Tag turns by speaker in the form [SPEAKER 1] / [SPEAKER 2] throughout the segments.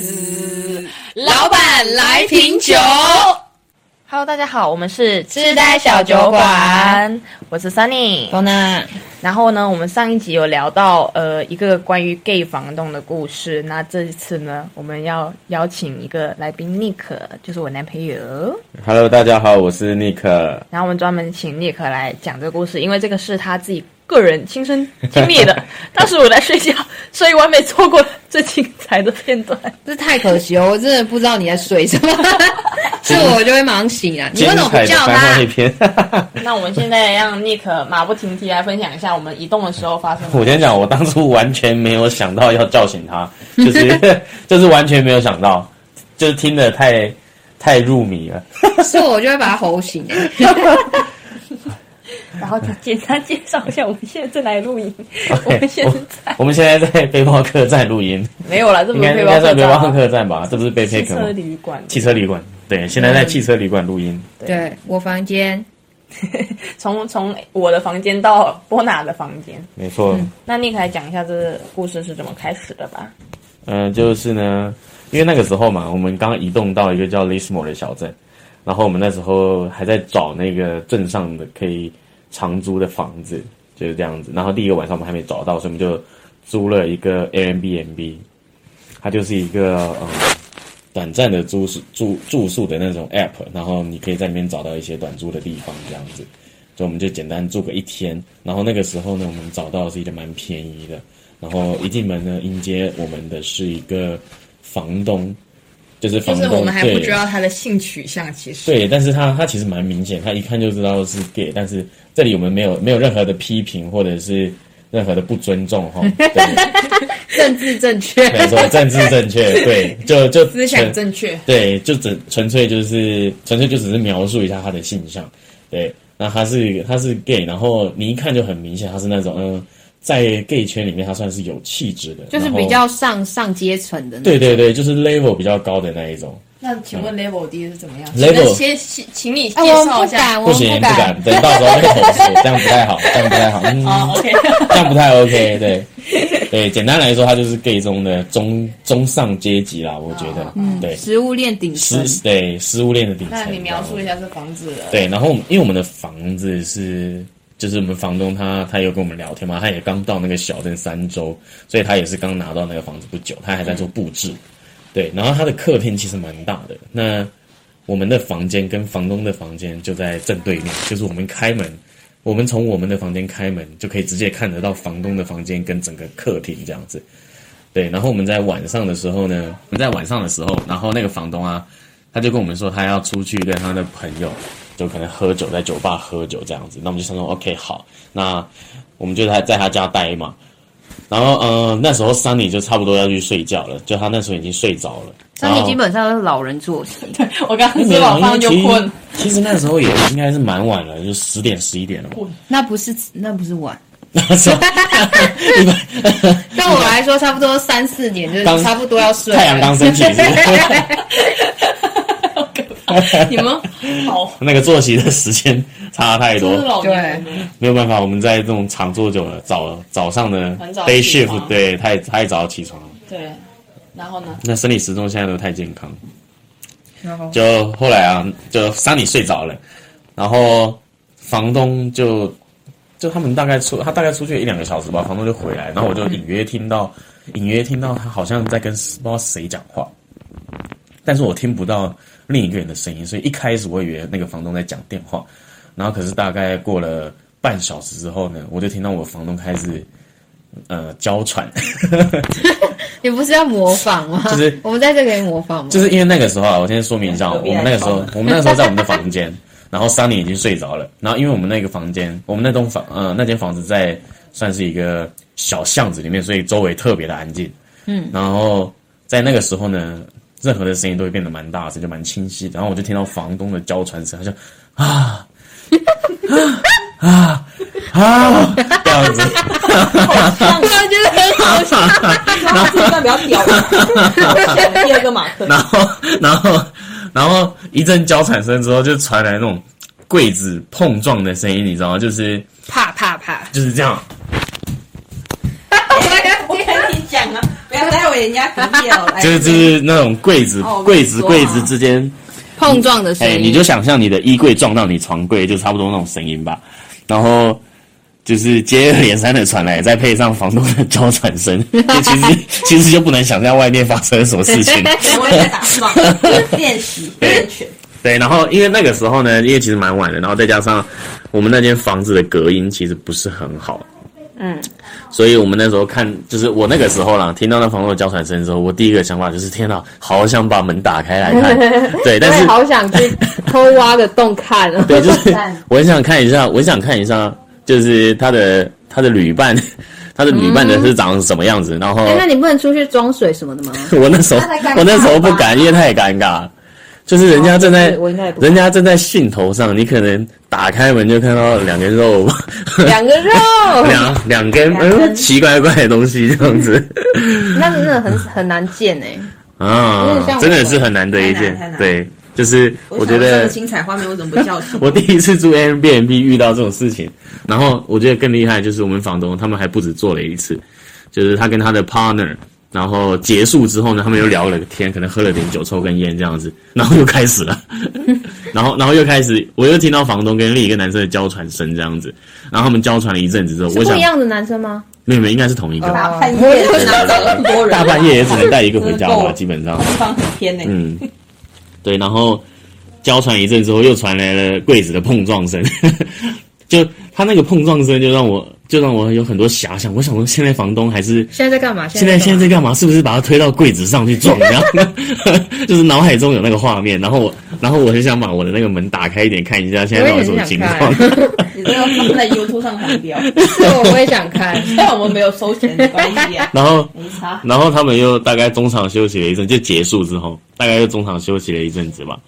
[SPEAKER 1] 滋，老板来瓶酒。
[SPEAKER 2] Hello，大家好，我们是
[SPEAKER 1] 痴呆小酒馆，
[SPEAKER 2] 我是 Sunny。
[SPEAKER 1] 多娜，
[SPEAKER 2] 然后呢，我们上一集有聊到呃一个关于 gay 房东的故事，那这一次呢，我们要邀请一个来宾 Nick，就是我男朋友。
[SPEAKER 3] Hello，大家好，我是尼克。
[SPEAKER 2] 然后我们专门请 Nick 来讲这个故事，因为这个是他自己个人亲身经历 的。当时我在睡觉，所以我还没错过最精彩的片段。
[SPEAKER 1] 这太可惜哦了，我真的不知道你在睡 什么，这我就会忙醒啊。你
[SPEAKER 3] 精
[SPEAKER 1] 为什么不
[SPEAKER 3] 彩的
[SPEAKER 1] 叫
[SPEAKER 3] 番
[SPEAKER 1] 他
[SPEAKER 3] 外？篇。
[SPEAKER 2] 那我们现在让 Nick 马不停蹄来分享一下我们移动的时候发生的。
[SPEAKER 3] 我先讲，我当初完全没有想到要叫醒他，就是 就是完全没有想到，就是听得太太入迷了。
[SPEAKER 1] 是我就会把他吼醒、 欸。
[SPEAKER 2] 然后简单介绍一下，我们现在在哪里录音？我
[SPEAKER 3] OK，
[SPEAKER 2] 们现在
[SPEAKER 3] 我们现在在背包客栈录音，
[SPEAKER 2] 没有了，这
[SPEAKER 3] 应
[SPEAKER 2] 不是
[SPEAKER 3] 该
[SPEAKER 2] 背
[SPEAKER 3] 应
[SPEAKER 2] 包
[SPEAKER 3] 该算
[SPEAKER 2] 客
[SPEAKER 3] 背
[SPEAKER 2] 栈
[SPEAKER 3] 包
[SPEAKER 2] 啊
[SPEAKER 3] 客栈吧？这不是背
[SPEAKER 2] 汽
[SPEAKER 3] 包客
[SPEAKER 2] 车
[SPEAKER 3] 吗？
[SPEAKER 2] 旅馆。
[SPEAKER 3] 汽车旅馆。对，现在在汽车旅馆录音。
[SPEAKER 1] 对我房间，
[SPEAKER 2] 从从我的房间到波娜的房间，
[SPEAKER 3] 没错，
[SPEAKER 2] 那 Nick 来讲一下这个故事是怎么开始的吧？
[SPEAKER 3] 嗯、就是呢，因为那个时候嘛，我们刚移动到一个叫 Lismore 的小镇，然后我们那时候还在找那个镇上的可以长租的房子，就是这样子。然后第一个晚上我们还没找到，所以我们就租了一个 Airbnb，它就是一个呃短暂的租宿住住宿的那种 app，然后你可以在里面找到一些短租的地方这样子。所以我们就简单住个一天，然后那个时候呢，我们找到是一个蛮便宜的，然后一进门呢，迎接我们的是一个房东，就是
[SPEAKER 1] 就
[SPEAKER 3] 房
[SPEAKER 1] 是
[SPEAKER 3] 东，
[SPEAKER 1] 我们还不
[SPEAKER 3] 对
[SPEAKER 1] 知道他的性取向，其实
[SPEAKER 3] 对，但是他他其实蛮明显，他一看就知道是 gay，但是这里我们没有没有任何的批评或者是任何的不尊重哈， 对，
[SPEAKER 1] 政治正确，
[SPEAKER 3] 没错，政治正确，对，就就
[SPEAKER 1] 思想正确。
[SPEAKER 3] 对，就只纯粹就是纯粹就只是描述一下他的性向，对，那他是他是 gay，然后你一看就很明显他是那种嗯、在 gay 圈里面他算是有气质的，
[SPEAKER 1] 就是
[SPEAKER 3] 然后
[SPEAKER 1] 比较上上阶层的那
[SPEAKER 3] 对对对，就是 level 比较高的那一种
[SPEAKER 4] 那请
[SPEAKER 3] 嗯
[SPEAKER 4] 问 level D 是怎么样？
[SPEAKER 3] level。
[SPEAKER 4] 先请请你
[SPEAKER 1] 啊，
[SPEAKER 4] 介
[SPEAKER 1] 我们
[SPEAKER 4] 绍一
[SPEAKER 1] 不
[SPEAKER 4] 下。
[SPEAKER 1] 敢，我们
[SPEAKER 3] 不行，不
[SPEAKER 1] 敢。
[SPEAKER 3] 敢，等到时候被投诉，这样不太好，这样不太好。嗯，
[SPEAKER 4] 哦，OK，
[SPEAKER 3] 这样不太 OK，对，对，简单来说，他就是 gay 中的中中上阶级啦，我觉得，对，
[SPEAKER 1] 食物链顶层，
[SPEAKER 3] 食对食物链的顶层。
[SPEAKER 4] 嗯那你描述一下这房子的
[SPEAKER 3] 对，然后我们因为我们的房子是，就是我们房东他他有跟我们聊天嘛，他也刚到那个小镇三周，所以他也是刚拿到那个房子不久，他还在做布置。对，然后他的客厅其实蛮大的，那我们的房间跟房东的房间就在正对面，就是我们开门，我们从我们的房间开门就可以直接看得到房东的房间跟整个客厅这样子。对，然后我们在晚上的时候呢，我们在晚上的时候，然后那个房东啊，他就跟我们说他要出去跟他的朋友，就可能喝酒，在酒吧喝酒这样子。那我们就想说，OK，好，那我们就在在他家待嘛。然后，呃，那时候桑尼就差不多要去睡觉了，就他那时候已经睡着了。
[SPEAKER 1] 上面
[SPEAKER 3] 然后
[SPEAKER 1] 基本上都是老人作息。
[SPEAKER 4] 我刚 刚
[SPEAKER 3] 没
[SPEAKER 4] 吃
[SPEAKER 3] 有
[SPEAKER 4] 晚
[SPEAKER 3] 因为
[SPEAKER 4] 饭就
[SPEAKER 3] 其实
[SPEAKER 4] 困，
[SPEAKER 3] 其实那时候也应该是蛮晚了，就十点十 一点了 吧。
[SPEAKER 1] 那不是那不是 晚，
[SPEAKER 3] 那时候
[SPEAKER 1] 对我来说差不多三四点就
[SPEAKER 3] 刚
[SPEAKER 1] 是差不多要睡了。
[SPEAKER 3] 太阳刚升起，是不是
[SPEAKER 4] 你们 好，
[SPEAKER 3] 那个作息的时间差太
[SPEAKER 4] 就
[SPEAKER 3] 多
[SPEAKER 4] 是。哦老年人
[SPEAKER 3] 没有办法，我们在这种常坐久了，早早上的
[SPEAKER 4] 很早
[SPEAKER 3] day
[SPEAKER 4] 起
[SPEAKER 3] shift
[SPEAKER 4] 床
[SPEAKER 3] 对太太早起床了，
[SPEAKER 4] 对。然后呢？
[SPEAKER 3] 那生理时钟现在都太健康了。
[SPEAKER 1] 然后
[SPEAKER 3] 就后来啊，就桑尼睡着了，然后房东就就他们大概出他大概出去一两个小时吧，房东就回来，然后我就隐约听到隐约听到他好像在跟不知道谁讲话，但是我听不到另一个人的声音，所以一开始我以为那个房东在讲电话，然后可是大概过了半小时之后呢，我就听到我房东开始呃娇喘。
[SPEAKER 1] 你不是要模仿吗？
[SPEAKER 3] 就是
[SPEAKER 1] 我们在这可以模仿吗？
[SPEAKER 3] 就是因为那个时候啊，我先说明一下，
[SPEAKER 2] 哦隔
[SPEAKER 3] 我
[SPEAKER 2] 壁
[SPEAKER 3] 们那个时候
[SPEAKER 2] 来，
[SPEAKER 3] 我们那个时候在我们的房间，然后 Sunny 已经睡着了，然后因为我们那个房间，我们那栋房，呃，那间房子在算是一个小巷子里面，所以周围特别的安静，嗯，然后在那个时候呢，任何的声音都会变得蛮大声，就蛮清晰的，然后我就听到房东的娇喘声，他就啊啊啊啊这样子。
[SPEAKER 1] 我觉得很好
[SPEAKER 2] 他这一段比较 屌，第二个马克。
[SPEAKER 3] 然后，然后，然后一阵交产声之后，就传来那种柜子碰撞的声音，你知道吗？就是
[SPEAKER 1] 怕怕怕，
[SPEAKER 3] 就是这样，
[SPEAKER 2] 我跟你讲啊，不要还不太为人家隔壁哦，来
[SPEAKER 3] 就是就是那种柜子
[SPEAKER 2] 哦我跟
[SPEAKER 3] 柜
[SPEAKER 2] 你
[SPEAKER 3] 子
[SPEAKER 2] 说啊
[SPEAKER 3] 柜子之间，
[SPEAKER 1] 碰撞的声
[SPEAKER 3] 哎，
[SPEAKER 1] 音，
[SPEAKER 3] 你就想象你的衣柜撞到你床柜，就差不多那种声音吧。然后就是接二连三的传来，再配上房东的 娇喘声，其实其实就不能想象外面发生什么事情。
[SPEAKER 2] 我也在打撞，就是练习练拳，
[SPEAKER 3] 对，然后因为那个时候呢，因为其实蛮晚的，然后再加上我们那间房子的隔音其实不是很好，嗯，所以我们那时候看，就是我那个时候啦，听到那房东的娇喘声的时候，我第一个想法就是天哪，好想把门打开来 看，对，但
[SPEAKER 5] 我也
[SPEAKER 3] 是！
[SPEAKER 5] 好想去偷挖个洞看啊
[SPEAKER 3] 对，就是我很想看一下，我很想看一下，就是他的他的旅伴， 他的旅伴的是长什么样子，然后
[SPEAKER 5] 哎，那你不能出去装水什么的吗？
[SPEAKER 3] 我那时候我那时候不敢，因为太尴尬。就是人家正在，
[SPEAKER 5] 我应该也不敢
[SPEAKER 3] 人家正在兴头上，你可能打开门就看到两根肉，
[SPEAKER 2] 哦
[SPEAKER 5] 两个肉，
[SPEAKER 3] 两两根，嗯，奇怪怪的东西这样子
[SPEAKER 5] 那真的很很难见哎。
[SPEAKER 3] 啊
[SPEAKER 5] 为像，我
[SPEAKER 3] 真的是很难得一见
[SPEAKER 2] 太难太。难
[SPEAKER 3] 对，就是我觉
[SPEAKER 2] 想说这
[SPEAKER 3] 得
[SPEAKER 2] 么精彩画面为什么不叫 醒？
[SPEAKER 3] 我第一次住 Airbnb 遇到这种事情，然后我觉得更厉害的就是我们房东他们还不止做了一次，就是他跟他的 partner，然后结束之后呢，他们又聊了个天，可能喝了点酒，抽根烟这样子，然后又开始了， 然后然后又开始，我又听到房东跟另一个男生的娇喘声这样子，然后他们娇喘了一阵子之后，我
[SPEAKER 5] 不
[SPEAKER 3] 想
[SPEAKER 5] 一样哦的男生吗？
[SPEAKER 3] 妹妹应该是同一个，
[SPEAKER 2] 大半夜拿走那么多人，
[SPEAKER 3] 大半夜也只能带一个回家
[SPEAKER 2] 真的
[SPEAKER 3] 吧，
[SPEAKER 2] 够
[SPEAKER 3] 基本上。
[SPEAKER 2] 地方很偏呢。
[SPEAKER 3] 嗯，对，然后交传一阵之后，又传来了柜子的碰撞声， 就他那个碰撞声就让我就让我有很多遐想，我想说现在房东还是。
[SPEAKER 5] 现在在干嘛？
[SPEAKER 3] 现在现在在干嘛？是不是把他推到柜子上去撞？然后 就是脑海中有那个画面，然后我然后我很想把我的那个门打开一点看一下，现在到底什么情
[SPEAKER 5] 我
[SPEAKER 3] 况
[SPEAKER 5] 也？
[SPEAKER 2] 你这个放在 YouTube 上很 标，
[SPEAKER 5] 在我
[SPEAKER 1] 哦
[SPEAKER 5] 我也想看。
[SPEAKER 2] 但我们没有收钱的关系啊，
[SPEAKER 3] 然后
[SPEAKER 2] 没 差。
[SPEAKER 3] 然后他们又大概中场休息了一阵，就结束之后，大概又中场休息了一阵子吧。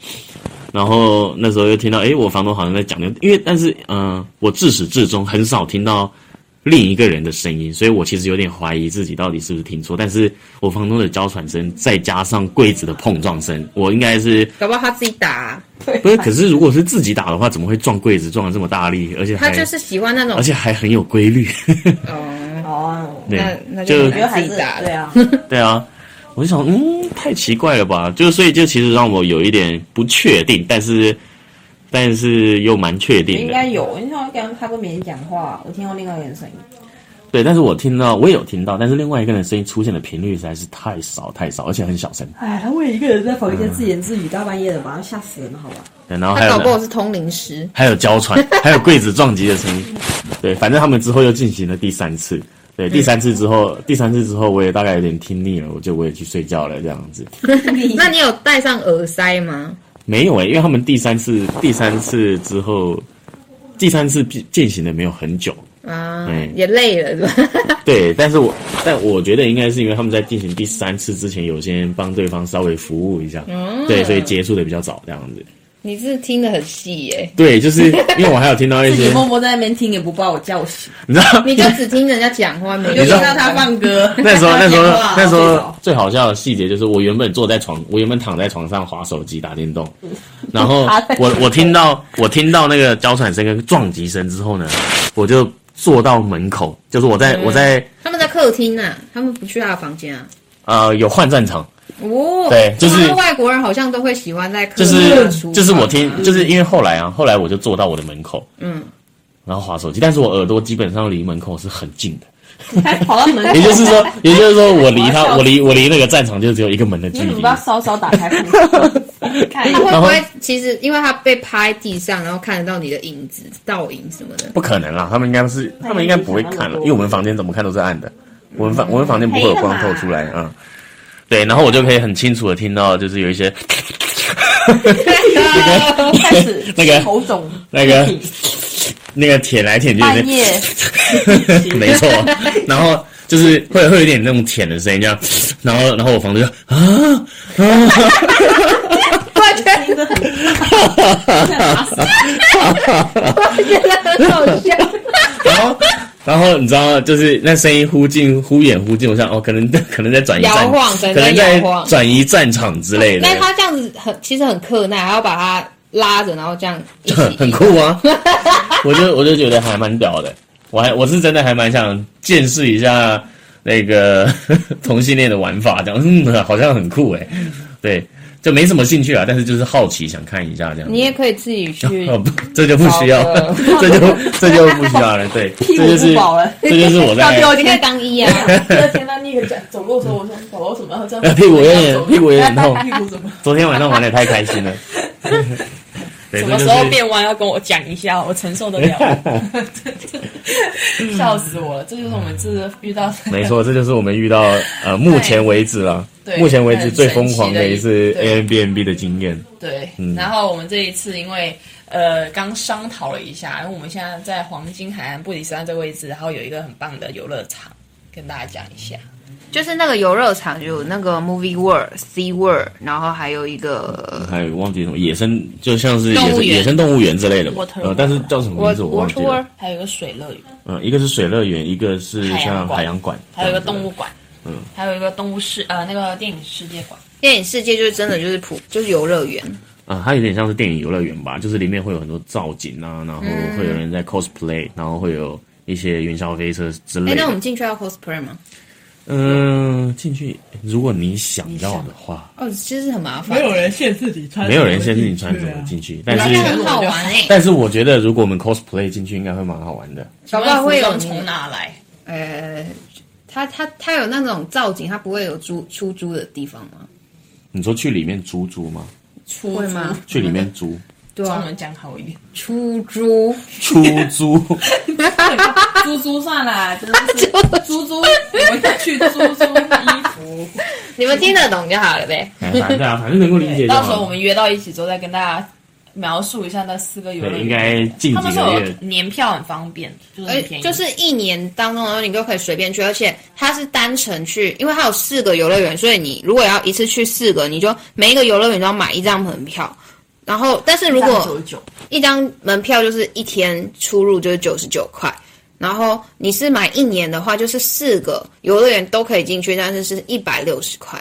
[SPEAKER 3] 然后那时候又听到，诶，我房东好像在讲，因为但是嗯、呃我自始至终很少听到另一个人的声音，所以我其实有点怀疑自己到底是不是听错。但是我房东的娇喘声，再加上柜子的碰撞声，我应该是
[SPEAKER 1] 搞不好他自己打啊、
[SPEAKER 3] 不是？可是如果是自己打的话，怎么会撞柜子撞的这么大力？而且
[SPEAKER 1] 他
[SPEAKER 3] 还
[SPEAKER 1] 就是喜欢那种
[SPEAKER 3] 而且还很有规律，
[SPEAKER 1] 哦，
[SPEAKER 2] 哦，
[SPEAKER 3] 对
[SPEAKER 1] 那，那
[SPEAKER 3] 就
[SPEAKER 1] 就
[SPEAKER 2] 我觉得还是
[SPEAKER 1] 自己打的
[SPEAKER 2] 对啊，
[SPEAKER 3] 对啊，我就想，嗯，太奇怪了吧？就所以就其实让我有一点不确定，但是但是又蛮确定
[SPEAKER 2] 应
[SPEAKER 3] 的。
[SPEAKER 2] 该有。你像我跟他跟别人讲话，我听到另外一个人声音，
[SPEAKER 3] 对，但是我听到我也有听到，但是另外一个人声音出现的频率实在是太少太少，而且很小声。
[SPEAKER 2] 哎，他为一个人在房间自言自语，大半夜的，把他吓死人了， 好吧？
[SPEAKER 3] 对，然后哦还
[SPEAKER 1] 他
[SPEAKER 3] 有
[SPEAKER 1] 搞不好
[SPEAKER 3] 呢
[SPEAKER 1] 是通灵师，
[SPEAKER 3] 还有娇喘， 还有柜子撞击的声音。对，反正他们之后又进行了第三次。
[SPEAKER 1] 嗯
[SPEAKER 3] 对，第三次之后，第三次之后，我也大概有点听腻了，我就我也去睡觉了，这样子。
[SPEAKER 1] 那你有戴上耳塞吗？
[SPEAKER 3] 没有诶、欸因为他们第三次第三次之后，第三次进进行的没有很久，
[SPEAKER 1] 啊，
[SPEAKER 3] 嗯
[SPEAKER 1] 也累了是吧？
[SPEAKER 3] 对，但是我但我觉得应该是因为他们在进行第三次之前，有先帮对方稍微服务一下，
[SPEAKER 2] 嗯
[SPEAKER 3] 对，所以结束的比较早这样子。
[SPEAKER 1] 你是听得很细耶、
[SPEAKER 3] 对，就是因为我还有听到一
[SPEAKER 2] 自己
[SPEAKER 3] 些，
[SPEAKER 2] 默默在那边听，也不把我叫醒，
[SPEAKER 3] 你知 道，
[SPEAKER 1] 你就只听人家讲话，没
[SPEAKER 2] 我
[SPEAKER 1] 有
[SPEAKER 2] 就
[SPEAKER 3] 啊知
[SPEAKER 2] 听
[SPEAKER 3] 道
[SPEAKER 2] 到他放歌。
[SPEAKER 3] 那时候那时候
[SPEAKER 2] 他讲话
[SPEAKER 3] 那时
[SPEAKER 2] 睡
[SPEAKER 3] 候
[SPEAKER 2] 着
[SPEAKER 3] 最好笑的细节就是，我原本坐在床，我原本躺在床上划手机打电 动，然后我我听到我听到那个娇喘声跟撞击声之后呢，我就坐到门口，就是我
[SPEAKER 2] 嗯
[SPEAKER 3] 在我在
[SPEAKER 1] 他们在客厅啊，他们不去他的房间啊。
[SPEAKER 3] 呃有换战场。
[SPEAKER 1] 哦，
[SPEAKER 3] 对就是
[SPEAKER 1] 然后外国人好像都会喜欢在客
[SPEAKER 3] 就
[SPEAKER 1] 厅啊
[SPEAKER 3] 是就是我，
[SPEAKER 1] 厨房啊
[SPEAKER 3] 听，就是因为后来啊，后来我就坐到我的门口，
[SPEAKER 1] 嗯，
[SPEAKER 3] 然后划手机，但是我耳朵基本上离门口是很 近的，
[SPEAKER 2] 还跑到门口，
[SPEAKER 3] 也就是说，也就是说我离
[SPEAKER 2] 我要笑
[SPEAKER 3] 他，
[SPEAKER 2] 死
[SPEAKER 3] 我离我离那个战场就只有一个门的距
[SPEAKER 2] 你怎
[SPEAKER 3] 离
[SPEAKER 2] 么不。要稍稍打开 看？看一
[SPEAKER 1] 他
[SPEAKER 2] 下
[SPEAKER 1] 会不
[SPEAKER 3] 然后
[SPEAKER 1] 会其实因为他被拍地上，然后看得到你的影子、倒影什 么的？
[SPEAKER 3] 不可能啦，他们应该是，他们应该不会看了，因为我们房间怎么看都是暗的，我
[SPEAKER 2] 嗯
[SPEAKER 3] 们房我们房间不会有光透出来啊、嗯。对，然后我就可以很清楚的听到，就是有一些
[SPEAKER 2] 开始
[SPEAKER 3] 那个
[SPEAKER 2] 头肿，
[SPEAKER 3] 那个那个舔来舔去的声音
[SPEAKER 2] 半夜
[SPEAKER 3] 没 错，然后就是会会有点那种舔的声音，这样，然后然后我房东就啊
[SPEAKER 2] 听着很吓死。
[SPEAKER 3] 然后，然后你知道，就是那声音忽近忽远忽近，我想哦，可能可能在转移战，
[SPEAKER 1] 摇晃可能
[SPEAKER 3] 可
[SPEAKER 1] 在
[SPEAKER 3] 能在
[SPEAKER 1] 摇晃
[SPEAKER 3] 转移战场之类的
[SPEAKER 1] 但，他这样子很其实很克耐，还要把他拉着，然后这样一
[SPEAKER 3] 就很
[SPEAKER 1] 起
[SPEAKER 3] 很 酷啊！我就我就觉得还蛮屌的，我还我是真的还蛮想见识一下那个 同性恋的玩法，这样嗯，好像很酷哎，对，就没什么兴趣啊，但是就是好奇想看一下这样子。
[SPEAKER 1] 你也可以自己去
[SPEAKER 3] 哦，不，这就不需要
[SPEAKER 1] 找
[SPEAKER 3] 了， 这就这就不需要了。 对，
[SPEAKER 4] 屁
[SPEAKER 3] 这
[SPEAKER 4] 股
[SPEAKER 3] 就是
[SPEAKER 4] 不保 了
[SPEAKER 3] 这就是我在
[SPEAKER 1] 我今天当一啊，
[SPEAKER 2] 第二天，那那个走路的时候，我说宝宝怎么了？这
[SPEAKER 3] 呃
[SPEAKER 2] 样
[SPEAKER 3] 屁股有点屁股有点痛，
[SPEAKER 2] 屁股怎么？
[SPEAKER 3] 昨天晚上玩的太开心 了。对，
[SPEAKER 2] 什么
[SPEAKER 3] 哎这就
[SPEAKER 2] 时候
[SPEAKER 3] 是
[SPEAKER 2] 变弯要跟我讲一下，我承受得了。 笑死我了！这就是我们这次遇到
[SPEAKER 3] 没错，这就是我们遇到呃目前为止啦，
[SPEAKER 2] 对
[SPEAKER 3] 目前为止最疯狂的一次
[SPEAKER 2] 很神奇的一
[SPEAKER 3] A M B N B 的经验。
[SPEAKER 2] 对
[SPEAKER 3] 嗯，
[SPEAKER 2] 然后我们这一次因为呃刚商讨了一下，因为我们现在在黄金海岸布里斯班这个位置，然后有一个很棒的游乐场，跟大家讲一下。
[SPEAKER 3] 嗯
[SPEAKER 1] 就是那个游乐场有那个 Movie World、Sea World，然后还有一个
[SPEAKER 3] 还有忘记什么野生，就像是野
[SPEAKER 2] 动物
[SPEAKER 3] 生
[SPEAKER 2] 园
[SPEAKER 3] 野生动物园之类的吧
[SPEAKER 2] Water，
[SPEAKER 3] 呃，但是叫什么名字我忘记了。
[SPEAKER 2] 还有一个水乐园，
[SPEAKER 3] 嗯，一个是水乐园，一个是
[SPEAKER 2] 海洋
[SPEAKER 3] 像
[SPEAKER 2] 馆
[SPEAKER 3] 海洋馆，
[SPEAKER 2] 还有一个
[SPEAKER 3] 这样
[SPEAKER 2] 动
[SPEAKER 3] 子
[SPEAKER 2] 物馆，嗯，还有一个动物世呃那个电影世界馆，
[SPEAKER 1] 电影世界，就是真的就是普就是游乐园，
[SPEAKER 3] 啊，它有点像是电影游乐园吧，就是里面会有很多造景啊，然后
[SPEAKER 2] 嗯
[SPEAKER 3] 会有人在 cosplay，、然后会有一些云霄飞车之
[SPEAKER 1] 哎、
[SPEAKER 3] 类
[SPEAKER 1] 那我
[SPEAKER 3] 的。
[SPEAKER 1] 们进去要 cosplay 吗？
[SPEAKER 3] 嗯、进去如果你想要的话，
[SPEAKER 1] 哦，其实很麻烦，
[SPEAKER 6] 没有
[SPEAKER 2] 人限制你穿
[SPEAKER 3] 没有人限制你穿
[SPEAKER 2] 啊
[SPEAKER 3] 什么进去，但
[SPEAKER 1] 但是
[SPEAKER 3] 是
[SPEAKER 1] 很好玩哎、
[SPEAKER 3] 但是我觉得如果我们 cosplay 进去，应该会蛮好玩的。
[SPEAKER 1] 搞不好会有
[SPEAKER 2] 从哪来？
[SPEAKER 1] 呃，它它它有那种造景，它不会有租出租的地方吗？
[SPEAKER 3] 你说去里面租租吗？
[SPEAKER 2] 出
[SPEAKER 1] 会吗？
[SPEAKER 3] 去里面租
[SPEAKER 1] 对
[SPEAKER 2] 中
[SPEAKER 1] 啊，
[SPEAKER 2] 文讲好一点，
[SPEAKER 1] 出租
[SPEAKER 3] 出租，
[SPEAKER 2] 猪猪算啦，真的是猪猪，我们要去猪猪衣服。
[SPEAKER 1] 你们听得懂就好了呗。
[SPEAKER 3] 哎反正啊，反正能够理解
[SPEAKER 2] 对，
[SPEAKER 3] 就
[SPEAKER 2] 到时
[SPEAKER 3] 好
[SPEAKER 2] 候我。们约到一起之后再跟大家描述一下那四个游乐
[SPEAKER 3] 对，
[SPEAKER 2] 园。
[SPEAKER 3] 应该近
[SPEAKER 2] 他们
[SPEAKER 3] 几个
[SPEAKER 2] 说
[SPEAKER 3] 月
[SPEAKER 2] 有年票很方便，就是
[SPEAKER 1] 而
[SPEAKER 2] 很便宜，
[SPEAKER 1] 哎就是一年当中，然后你就可以随便去，而且它是单程去，因为它有四个游乐园，所以你如果要一次去四个，你就每一个游乐园都要买一张门票。然后，但是如果
[SPEAKER 2] 九九
[SPEAKER 1] 一张门票就是一天出入就是九十九块，然后你是买一年的话，就是四个游乐园都可以进去，但是是一百六十块，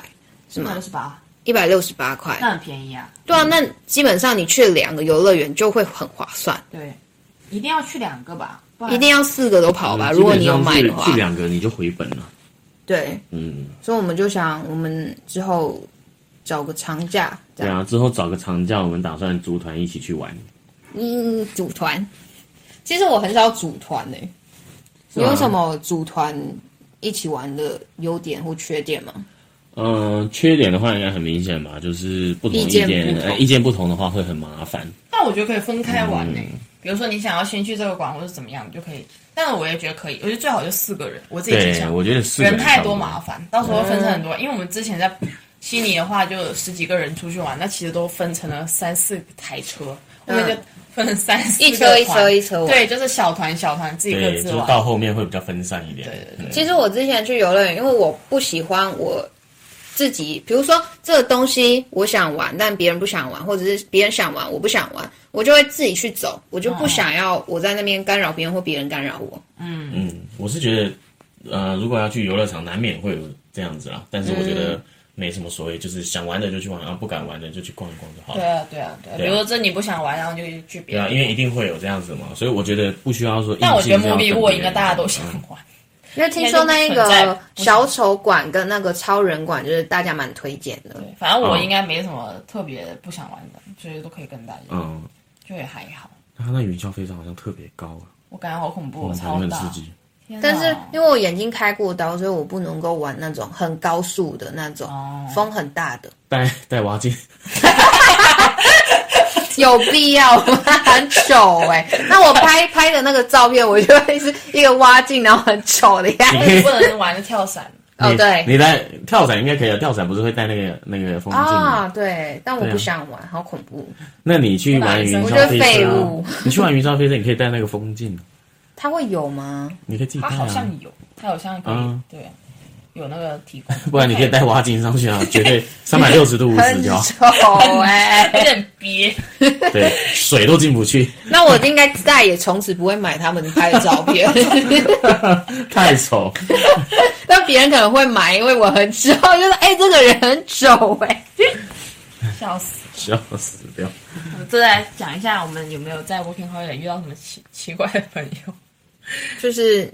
[SPEAKER 1] 是
[SPEAKER 2] 二
[SPEAKER 1] 吗？
[SPEAKER 2] 十八，
[SPEAKER 1] 一百六十八块。
[SPEAKER 2] 那很便宜啊。
[SPEAKER 1] 对啊，那基本上你去两个游乐园就会很划算，
[SPEAKER 2] 对，一定要去两个吧，不然
[SPEAKER 1] 一定要四个都跑
[SPEAKER 3] 嗯
[SPEAKER 1] 吧。如果你有买的话
[SPEAKER 3] 去，两个你就回本了。
[SPEAKER 1] 对，
[SPEAKER 3] 嗯，
[SPEAKER 1] 所以我们就想，我们之后找个长假，这
[SPEAKER 3] 对
[SPEAKER 1] 样，
[SPEAKER 3] 啊，之后找个长假，我们打算组团一起去玩。
[SPEAKER 1] 嗯，组团。其实我很少组团诶、你
[SPEAKER 3] 吗
[SPEAKER 1] 有什么组团一起玩的优点或缺点吗？
[SPEAKER 3] 嗯，缺点的话应该很明显吧，就是不同
[SPEAKER 1] 意
[SPEAKER 3] 意
[SPEAKER 1] 见
[SPEAKER 3] 见，
[SPEAKER 1] 不同
[SPEAKER 3] 呃意见不同的话会很麻烦。
[SPEAKER 2] 但我觉得可以分开玩呢、
[SPEAKER 3] 嗯
[SPEAKER 2] 比如说你想要先去这个馆或者怎么样，你就可以。但是我也觉得可以，我觉得最好就四个人，我自己是
[SPEAKER 3] 对，
[SPEAKER 2] 想，
[SPEAKER 3] 我觉得四个
[SPEAKER 2] 人太多麻
[SPEAKER 3] 嘛，
[SPEAKER 2] 烦，到时候分成很多。因为我们之前在悉尼的话，就有十几个人出去玩，那其实都分成了三四台车，后面就分成三四个
[SPEAKER 1] 嗯一车一车
[SPEAKER 2] 团
[SPEAKER 1] 一车玩
[SPEAKER 2] 对，就是小团小团自己各
[SPEAKER 3] 对，就
[SPEAKER 2] 自
[SPEAKER 3] 是
[SPEAKER 2] 玩。
[SPEAKER 3] 到后面会比较分散一点。
[SPEAKER 2] 对对
[SPEAKER 1] 其实我之前去游乐园，因为我不喜欢我自己，比如说这个东西我想玩，但别人不想玩，或者是别人想玩我不想玩，我就会自己去走，我就不想要我在那边干扰别人或别人干扰我。
[SPEAKER 3] 嗯，我是觉得，呃，如果要去游乐场，难免会有这样子啦，但是我觉得
[SPEAKER 2] 嗯
[SPEAKER 3] 没什么所谓，就是想玩的就去玩，然啊后不敢玩的就去逛一逛就好
[SPEAKER 2] 对
[SPEAKER 3] 了。
[SPEAKER 2] 啊，对啊，对啊。
[SPEAKER 3] 对啊
[SPEAKER 2] 比如说这你不想玩，然后你就去别
[SPEAKER 3] 对
[SPEAKER 2] 的。
[SPEAKER 3] 啊，因为一定会有这样子嘛，所以我觉得不需要说硬性
[SPEAKER 2] 但
[SPEAKER 3] 要
[SPEAKER 2] 我
[SPEAKER 3] 跟别
[SPEAKER 2] 觉
[SPEAKER 3] 人
[SPEAKER 2] 得
[SPEAKER 3] 玩。
[SPEAKER 2] 摩比沃应该大
[SPEAKER 3] 啊
[SPEAKER 2] 家都想玩。
[SPEAKER 1] 因为听说那个小丑馆跟那个超人馆，就是大家蛮推荐的。
[SPEAKER 2] 对，反正我
[SPEAKER 3] 嗯
[SPEAKER 2] 应该没什么特别不想玩的，所以都可以跟大家，
[SPEAKER 3] 嗯。嗯，
[SPEAKER 2] 就也还好。
[SPEAKER 3] 他那云霄飞车好像特别高啊，
[SPEAKER 2] 我感觉好恐怖，
[SPEAKER 3] 我
[SPEAKER 2] 超
[SPEAKER 3] 很
[SPEAKER 2] 大
[SPEAKER 3] 刺。激。
[SPEAKER 2] 天哪
[SPEAKER 1] 但是因为我眼睛开过刀，所以我不能够玩那种很高速的那种
[SPEAKER 2] 哦
[SPEAKER 1] 风很大的，
[SPEAKER 3] 带带娃 进，
[SPEAKER 1] 有必要吗？很丑哎、 那我拍拍的那个照片，我就会是一个挖镜，然后很丑的样
[SPEAKER 3] 你
[SPEAKER 1] 子。
[SPEAKER 3] 可以
[SPEAKER 2] 不能玩跳 伞，
[SPEAKER 1] 哦，
[SPEAKER 3] 你
[SPEAKER 1] 对。
[SPEAKER 3] 你带跳伞应该可以啊，跳伞不是会带那个那个风镜吗？
[SPEAKER 1] 啊，对，但我
[SPEAKER 3] 对啊
[SPEAKER 1] 不想玩，好恐怖。
[SPEAKER 3] 那你去玩云
[SPEAKER 1] 我
[SPEAKER 3] 霄
[SPEAKER 1] 觉得
[SPEAKER 3] 飞
[SPEAKER 1] 废
[SPEAKER 3] 车
[SPEAKER 1] 物
[SPEAKER 3] 啊，你去玩云霄飞车，你可以带那个风镜，
[SPEAKER 1] 它会有吗？
[SPEAKER 3] 你可以自己带
[SPEAKER 2] 它好像
[SPEAKER 3] 啊，
[SPEAKER 2] 有，它好像可以
[SPEAKER 3] 嗯，
[SPEAKER 2] 对，有那个提供，
[SPEAKER 3] 不然你可以带蛙镜上去啊，绝对三百六十 度无死
[SPEAKER 1] 很
[SPEAKER 3] 角，
[SPEAKER 1] 丑 哎、
[SPEAKER 2] 有点憋。
[SPEAKER 3] 对，水都进不去，
[SPEAKER 1] 那我应该再也从此不会买他们拍的照 片。
[SPEAKER 3] 太丑。
[SPEAKER 1] 但别人可能会买，因为我很丑，就是哎、这个人很丑哎、
[SPEAKER 2] 笑死！
[SPEAKER 3] 笑死掉！
[SPEAKER 2] 我们再来讲一下，我们有没有在 Working Holiday 遇到什么奇奇怪的朋友？
[SPEAKER 1] 就是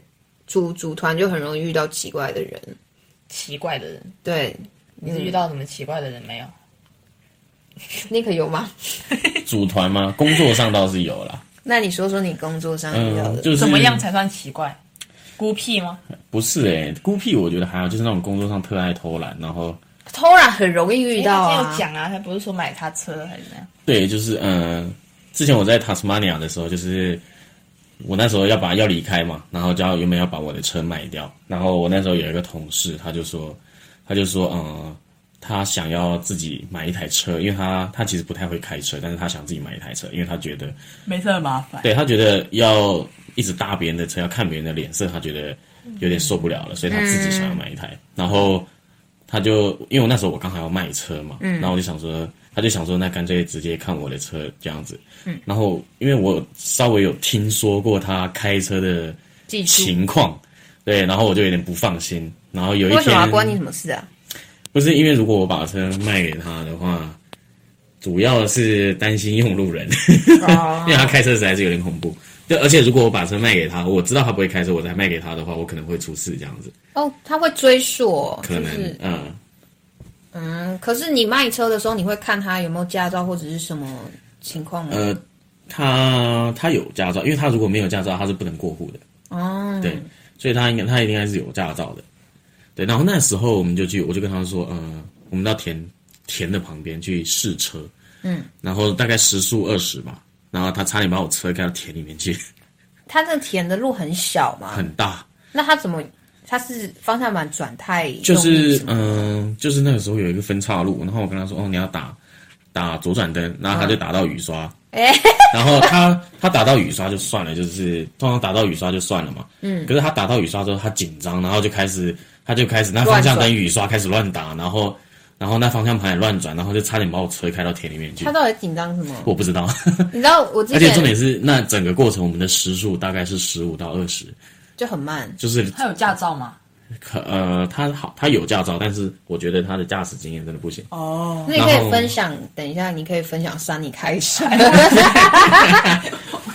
[SPEAKER 1] 组组团就很容易遇到奇怪的人。
[SPEAKER 2] 奇怪的人，
[SPEAKER 1] 对，
[SPEAKER 2] 你是遇到什么奇怪的人没有？
[SPEAKER 1] 那个有吗？
[SPEAKER 3] 组团吗？工作上倒是有啦，
[SPEAKER 1] 那你说说你工作上遇到
[SPEAKER 3] 嗯，
[SPEAKER 1] 的，
[SPEAKER 3] 就是
[SPEAKER 2] 怎么样才算奇怪？孤僻吗？
[SPEAKER 3] 不是哎、孤僻我觉得还好，就是那种工作上特爱偷懒，然后
[SPEAKER 1] 偷懒很容易遇到
[SPEAKER 2] 他之前
[SPEAKER 1] 啊
[SPEAKER 2] 有。讲啊，他不是说买他车还是怎样？
[SPEAKER 3] 对，就是嗯、呃之前我在 Tasmania 的时候，就是我那时候要把要离开嘛，然后就要原本要把我的车卖掉，然后我那时候有一个同事，他就说，他就说，嗯、他想要自己买一台车，因为他他其实不太会开车，但是他想自己买一台车，因为他觉得，
[SPEAKER 2] 没事，麻烦。
[SPEAKER 3] 对他觉得要一直搭别人的车，要看别人的脸色，他觉得有点受不了了，所以他自己想要买一台。然后他就因为我那时候我刚好要卖车嘛，
[SPEAKER 1] 嗯
[SPEAKER 3] 然后我就想说，他就想说，那干脆直接看我的车这样子。
[SPEAKER 1] 嗯
[SPEAKER 3] 然后因为我稍微有听说过他开车的
[SPEAKER 1] 技术
[SPEAKER 3] 情况，对，然后我就有点不放心。然后有一
[SPEAKER 1] 为
[SPEAKER 3] 天，
[SPEAKER 1] 什么要关你什么事啊？
[SPEAKER 3] 不是因为如果我把车卖给他的话，主要是担心用路人，因
[SPEAKER 2] 哦
[SPEAKER 3] 为他开车实在是有点恐怖。就而且如果我把车卖给他，我知道他不会开车，我再卖给他的话，我可能会出事这样子，
[SPEAKER 1] 哦，他会追溯哦，
[SPEAKER 3] 可能
[SPEAKER 1] 是不是
[SPEAKER 3] 嗯。
[SPEAKER 1] 嗯，可是你卖车的时候，你会看他有没有驾照或者是什么情况吗？
[SPEAKER 3] 呃，他他有驾照，因为他如果没有驾照，他是不能过户的。
[SPEAKER 1] 哦，
[SPEAKER 3] 对，所以他应该他应该是有驾照的。对，然后那时候我们就去，我就跟他说，呃，我们到田田的旁边去试车，嗯，然后大概时速二十吧，然后他差点把我车开到田里面去，
[SPEAKER 1] 他这田的路很小嘛，
[SPEAKER 3] 很大，
[SPEAKER 1] 那他怎么？他是方向盘转太
[SPEAKER 3] 就
[SPEAKER 1] 用力
[SPEAKER 3] 是
[SPEAKER 1] 什么
[SPEAKER 3] 嗯、呃就是那个时候有一个分岔路，然后我跟他说，哦，你要打打左转灯，然后他就打到雨刷，
[SPEAKER 1] 哎、
[SPEAKER 3] 然后他他打到雨刷就算了，就是通常打到雨刷就算了嘛。嗯。可是他打到雨刷之后，他紧张，然后就开始他就开始那方向灯雨刷开始乱打，然后然后那方向盘也乱转，然后就差点把我车开到田里面去
[SPEAKER 1] 他。到底紧张什么？
[SPEAKER 3] 我不知道，
[SPEAKER 1] 你知道 我之
[SPEAKER 3] 而且重
[SPEAKER 1] 前
[SPEAKER 3] 点是那整个过程我们的时速大概是十五到二十，
[SPEAKER 1] 就很慢，
[SPEAKER 3] 就是
[SPEAKER 2] 他有驾照吗？
[SPEAKER 3] 可呃他好他有驾照，但是我觉得他的驾驶经验真的不行。
[SPEAKER 2] 哦，
[SPEAKER 1] 那你可
[SPEAKER 3] 然后
[SPEAKER 1] 以分享，等一下你可以分享山你开 山，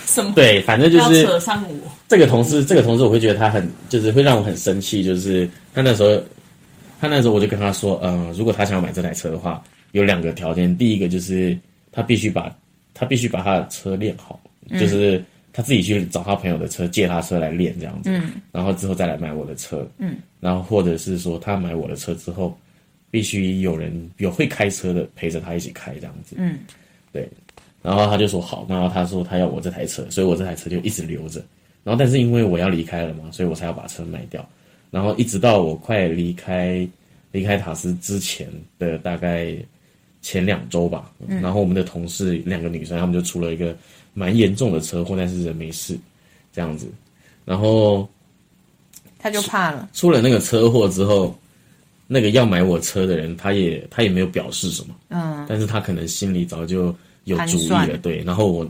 [SPEAKER 2] 什么？
[SPEAKER 3] 对，反正
[SPEAKER 2] 不
[SPEAKER 3] 就
[SPEAKER 2] 要
[SPEAKER 3] 是
[SPEAKER 2] 扯上我。
[SPEAKER 3] 这个同事，这个同事我会觉得他很，就是会让我很生气，就是他那时候，他那时候我就跟他说，嗯、如果他想要买这台车的话，有两个条件，第一个就是他必须把，他必须把他的车练好，就是他自己去找他朋友的车借他车来练这样子，然后之后再来买我的车，嗯，然后或者是说他买我的车之后，必须有人有会开车的陪着他一起开这样子，嗯，对，然后他就说好，然后他说他要我这台车，所以我这台车就一直留着。然后但是因为我要离开了嘛，所以我才要把车卖掉。然后一直到我快离开离开塔斯之前的大概前两周吧，然后我们的同事两个女生，她们就出了一个蛮严重的车祸，但是人没事这样子。然后
[SPEAKER 1] 他就怕了。
[SPEAKER 3] 出了那个车祸之后，那个要买我车的人，他也他也没有表示什么，
[SPEAKER 1] 嗯，
[SPEAKER 3] 但是他可能心里早就有主意
[SPEAKER 1] 盘
[SPEAKER 3] 了，
[SPEAKER 1] 算
[SPEAKER 3] 对。然后我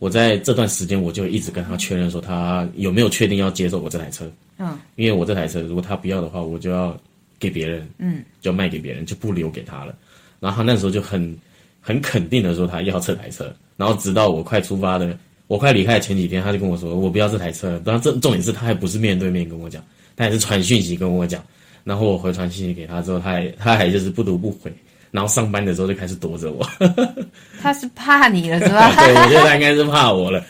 [SPEAKER 3] 我在这段时间我就一直跟他确认说，他有没有确定要接受我这台车？
[SPEAKER 1] 嗯，
[SPEAKER 3] 因为我这台车如果他不要的话，我就要给别人，嗯，就卖给别人，就不留给他了。然后他那时候就很很肯定的说他要这台车，然后直到我快出发的。我快离开的前几天，他就跟我说：“我不要这台车。”然后这重点是他还不是面对面跟我讲，他也是传讯息跟我讲。然后我回传讯息给他之后，他还他还就是不读不回。然后上班的时候就开始躲着我，
[SPEAKER 1] 他是怕你了是吧？
[SPEAKER 3] 对我觉得他应该是怕我了，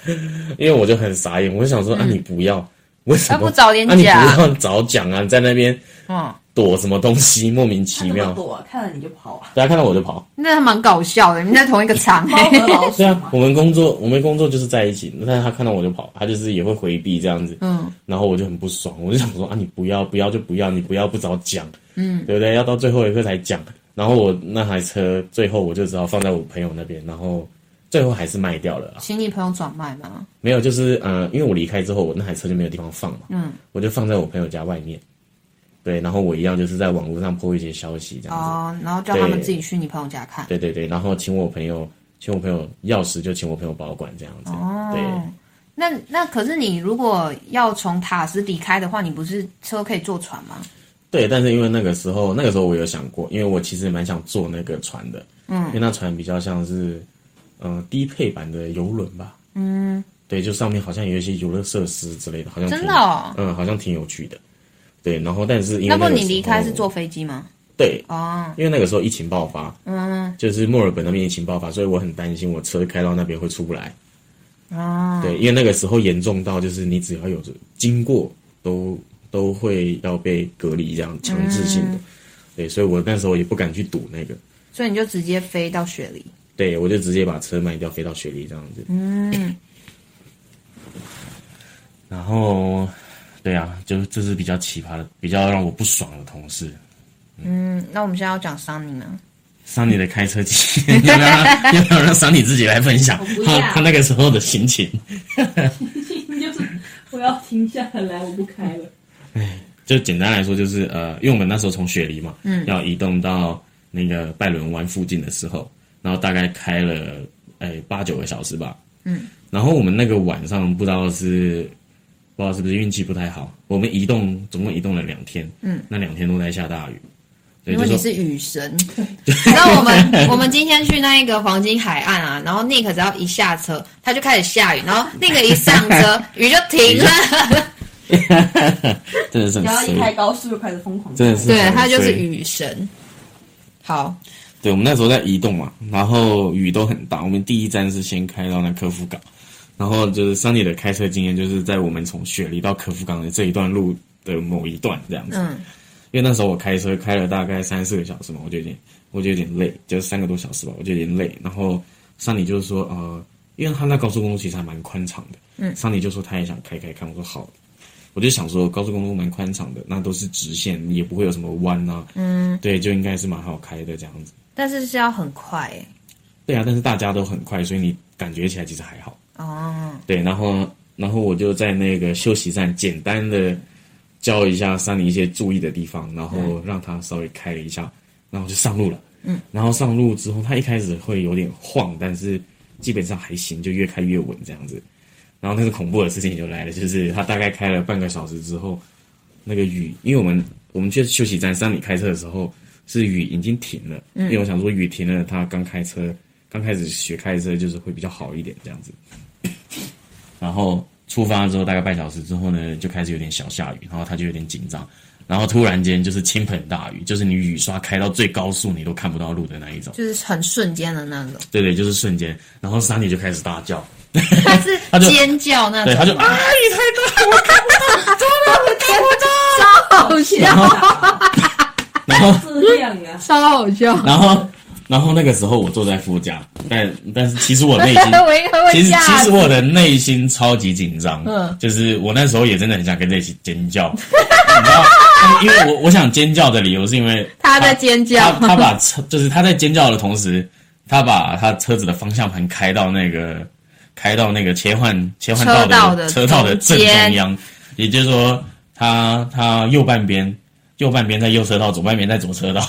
[SPEAKER 3] 因为我就很傻眼，我就想说、啊你不要，为什
[SPEAKER 1] 他
[SPEAKER 3] 么
[SPEAKER 1] 不早点
[SPEAKER 3] 啊你
[SPEAKER 1] 讲
[SPEAKER 3] 不要早讲啊，你在那边
[SPEAKER 1] 嗯，
[SPEAKER 3] 躲什么东西，莫名其
[SPEAKER 4] 怎么
[SPEAKER 3] 妙，
[SPEAKER 4] 躲啊？看了你就跑 啊！
[SPEAKER 3] 大家看到我就跑。
[SPEAKER 1] 那还蛮搞笑的，你们在同一个 场、
[SPEAKER 4] 猫
[SPEAKER 1] 欸，
[SPEAKER 4] 和老鼠
[SPEAKER 3] 对啊
[SPEAKER 4] 嘛，，
[SPEAKER 3] 我们工作我们工作就是在一起，但是他看到我就跑，他就是也会回避这样子，
[SPEAKER 1] 嗯，
[SPEAKER 3] 然后我就很不爽，我就想说啊你不要不要就不要，你不要不早讲，嗯，对不对？要到最后一刻才讲。然后我那台车最后我就只好放在我朋友那边，然后最后还是卖掉了啊。
[SPEAKER 1] 请你朋友转卖嘛。
[SPEAKER 3] 没有，就是呃，因为我离开之后，我那台车就没有地方放嘛，嗯，我就放在我朋友家外面，对，然后我一样就是在网络上 po 一些消息这样子，
[SPEAKER 1] 哦，然后叫他们自己去你朋友家看。
[SPEAKER 3] 对对对，然后请我朋友，请我朋友钥匙就请我朋友保管这样子，
[SPEAKER 1] 哦，那那可是你如果要从塔斯离开的话，你不是车可以坐船吗？
[SPEAKER 3] 对对，但是因为那个时候，那个时候我有想过，因为我其实蛮想坐那个船的，嗯，因为那船比较像是嗯、呃低配版的游轮吧，嗯，对，就上面好像有一些游乐设施之类的，好像挺
[SPEAKER 1] 真的哦
[SPEAKER 3] 嗯，好像挺有趣的。对，然后但是因为
[SPEAKER 1] 那不
[SPEAKER 3] 个
[SPEAKER 1] 你
[SPEAKER 3] 时
[SPEAKER 1] 离开
[SPEAKER 3] 候
[SPEAKER 1] 是坐飞机吗？
[SPEAKER 3] 对，
[SPEAKER 1] 哦，
[SPEAKER 3] 因为那个时候疫情爆发，嗯，就是墨尔本那边疫情爆发，所以我很担心我车开到那边会出不来。哦，对，因为那个时候严重到就是你只要有经过都都会要被隔离，这样强制性的。对，所以我那时候也不敢去赌那个，
[SPEAKER 1] 所以你就直接飞到雪梨。
[SPEAKER 3] 对我就直接把车卖掉，飞到雪梨这样子。嗯，然后对啊，就这是比较奇葩的，比较让我不爽的同事。
[SPEAKER 1] 嗯，那我们现在要讲 Sunny 呢？
[SPEAKER 3] 桑尼的开车经验， 要不要让要不要让桑尼自己来分享
[SPEAKER 4] 我不
[SPEAKER 3] 他
[SPEAKER 4] 要
[SPEAKER 3] 他那个时候的心情？
[SPEAKER 4] 就是我要停下来，我不开了。
[SPEAKER 3] 就简单来说，就是呃，因为我们那时候从雪梨嘛，嗯，要移动到那个拜伦湾附近的时候，然后大概开了哎八九个小时吧，嗯，然后我们那个晚上不知道是不知道是不是运气不太好，我们移动总共移动了两天，嗯，那两天都在下大雨，对，
[SPEAKER 1] 因
[SPEAKER 3] 就
[SPEAKER 1] 为你
[SPEAKER 3] 说
[SPEAKER 1] 是雨神， 那我 们我们今天去那个黄金海岸啊，然后 Nick 只要一下车，他就开始下雨，然后 Nick 一上车，雨就停了。
[SPEAKER 3] 真的是
[SPEAKER 4] 然后
[SPEAKER 3] 很
[SPEAKER 4] 一开
[SPEAKER 3] 衰，
[SPEAKER 4] 高速就开始疯狂开，
[SPEAKER 3] 真的 是
[SPEAKER 1] 对
[SPEAKER 3] 很
[SPEAKER 1] 他就是
[SPEAKER 3] 衰
[SPEAKER 1] 雨神。好，
[SPEAKER 3] 对，我们那时候在移动嘛，然后雨都很大。我们第一站是先开到那科夫港，然后就是桑尼的开车经验，就是在我们从雪梨到科夫港的这一段路的某一段这样子。
[SPEAKER 1] 嗯，
[SPEAKER 3] 因为那时候我开车开了大概三四个小时嘛，我就有点我就有点累，就是三个多小时吧，我就有点累。然后桑尼就是说，呃，因为他那高速公路其实还蛮宽敞的，嗯，桑尼就说他也想开开看，我说好。我就想说，高速公路蛮宽敞的，那都是直线，也不会有什么弯啊。嗯，对，就应该是蛮好开的这样子。
[SPEAKER 1] 但是是要很快、欸、
[SPEAKER 3] 对啊，但是大家都很快，所以你感觉起来其实还好。
[SPEAKER 1] 哦，
[SPEAKER 3] 对，然后然后我就在那个休息站简单的教一下桑尼一些注意的地方，然后让他稍微开了一下，然后就上路了。嗯，然后上路之后，他一开始会有点晃，但是基本上还行，就越开越稳这样子。然后但是恐怖的事情就来了，就是他大概开了半个小时之后，那个雨，因为我们我们去休息站桑尼开车的时候是雨已经停了，因为我想说雨停了，他刚开车刚开始学开车就是会比较好一点这样子。然后出发之后大概半小时之后呢，就开始有点小下雨，然后他就有点紧张，然后突然间就是倾盆大雨，就是你雨刷开到最高速你都看不到路的那一种，
[SPEAKER 1] 就是很瞬间的那种，
[SPEAKER 3] 对对，就是瞬间，然后桑尼就开始大叫，
[SPEAKER 1] 他是
[SPEAKER 3] 他就
[SPEAKER 1] 尖叫那
[SPEAKER 3] 对，
[SPEAKER 1] 种，
[SPEAKER 3] 他就啊雨太大，我看
[SPEAKER 6] 好笑，
[SPEAKER 3] 不到，然后
[SPEAKER 4] 这样啊，
[SPEAKER 6] 超好笑。
[SPEAKER 3] 然后然后那个时候我坐在副驾，但但是其实我内 心
[SPEAKER 6] 我应该
[SPEAKER 3] 其
[SPEAKER 6] 会
[SPEAKER 3] 实
[SPEAKER 6] 吓
[SPEAKER 3] 其
[SPEAKER 6] 死
[SPEAKER 3] 实我的内心超级紧张，嗯，就是我那时候也真的很想跟着一起尖叫，你知道，因为我我想尖叫的理由是因为
[SPEAKER 6] 他在尖叫
[SPEAKER 3] 他他把车就是他在尖叫的同时，他把他车子的方向盘开到那个开到那个切换切换
[SPEAKER 1] 车
[SPEAKER 3] 道
[SPEAKER 1] 道
[SPEAKER 3] 的
[SPEAKER 1] 的
[SPEAKER 3] 车道的正
[SPEAKER 1] 中间
[SPEAKER 3] 中央，也就是说他他右半边右半边在右车道，左半边在左车道，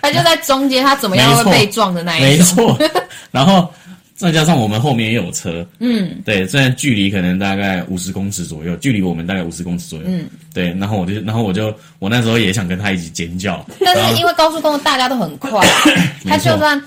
[SPEAKER 1] 他就在中间，他怎么样
[SPEAKER 3] 没
[SPEAKER 1] 会
[SPEAKER 3] 错
[SPEAKER 1] 被撞的那一
[SPEAKER 3] 没
[SPEAKER 1] 种。
[SPEAKER 3] 错， 然后再加上我们后面也有车，嗯，对，虽然距离可能大概五十公尺左右，距离我们大概五十公尺左右，嗯，对，然后我就，然后我就，我那时候也想跟他一起尖叫，
[SPEAKER 1] 但
[SPEAKER 3] 然后
[SPEAKER 1] 是因为高速公路大家都很 快，他就算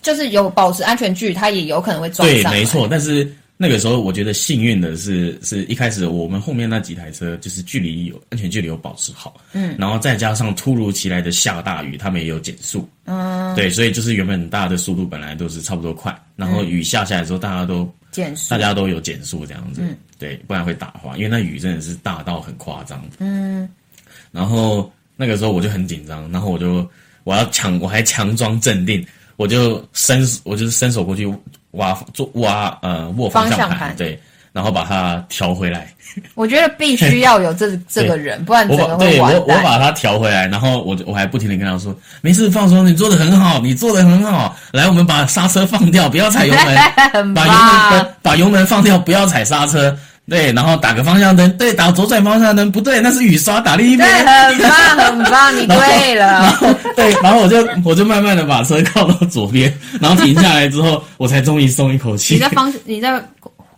[SPEAKER 1] 就是有保持安全距离，他也有可能会撞
[SPEAKER 3] 对，
[SPEAKER 1] 上。
[SPEAKER 3] 没。错，但是那个时候我觉得幸运的是，是一开始我们后面那几台车就是距离有安全距离有保持好，嗯，然后再加上突如其来的下大雨，他们也有减速，嗯，对，所以就是原本大家的速度本来都是差不多快，然后雨下下来之后，大家都
[SPEAKER 1] 减速
[SPEAKER 3] 大。家都有减速这样子，
[SPEAKER 1] 嗯
[SPEAKER 3] 对，不然会打滑，因为那雨真的是大到很夸张，嗯，然后那个时候我就很紧张，然后我就我要强，我还强装镇定，我就伸我就是伸手过去挖做挖呃握方向
[SPEAKER 1] 方
[SPEAKER 3] 盘，
[SPEAKER 1] 向盘
[SPEAKER 3] 对，然后把它调回来，
[SPEAKER 1] 我觉得必须要有这这个人，不然
[SPEAKER 3] 我
[SPEAKER 1] 嗯整
[SPEAKER 3] 把
[SPEAKER 1] 个
[SPEAKER 3] 对
[SPEAKER 1] 会
[SPEAKER 3] 我
[SPEAKER 1] 完
[SPEAKER 3] 我
[SPEAKER 1] 蛋。
[SPEAKER 3] 把它调回来，然后我就我还不停的跟他说，没事，放松，你做的很好，你做的很好，来，我们把刹车放掉，不要 踩油门。
[SPEAKER 1] 很
[SPEAKER 3] 把油门
[SPEAKER 1] 棒
[SPEAKER 3] 呃，把油门放掉，不要踩刹车。对，然后打个方向灯，对，打左转方向灯，不对，那是雨刷，打另一
[SPEAKER 1] 对，
[SPEAKER 3] 边。
[SPEAKER 1] 很 棒，很棒，你对
[SPEAKER 3] 然
[SPEAKER 1] 了。
[SPEAKER 3] 后对，然后我就我就慢慢的把车靠到左边，然后停下来之后，我才终于松一口
[SPEAKER 1] 你
[SPEAKER 3] 气
[SPEAKER 1] 在。方你在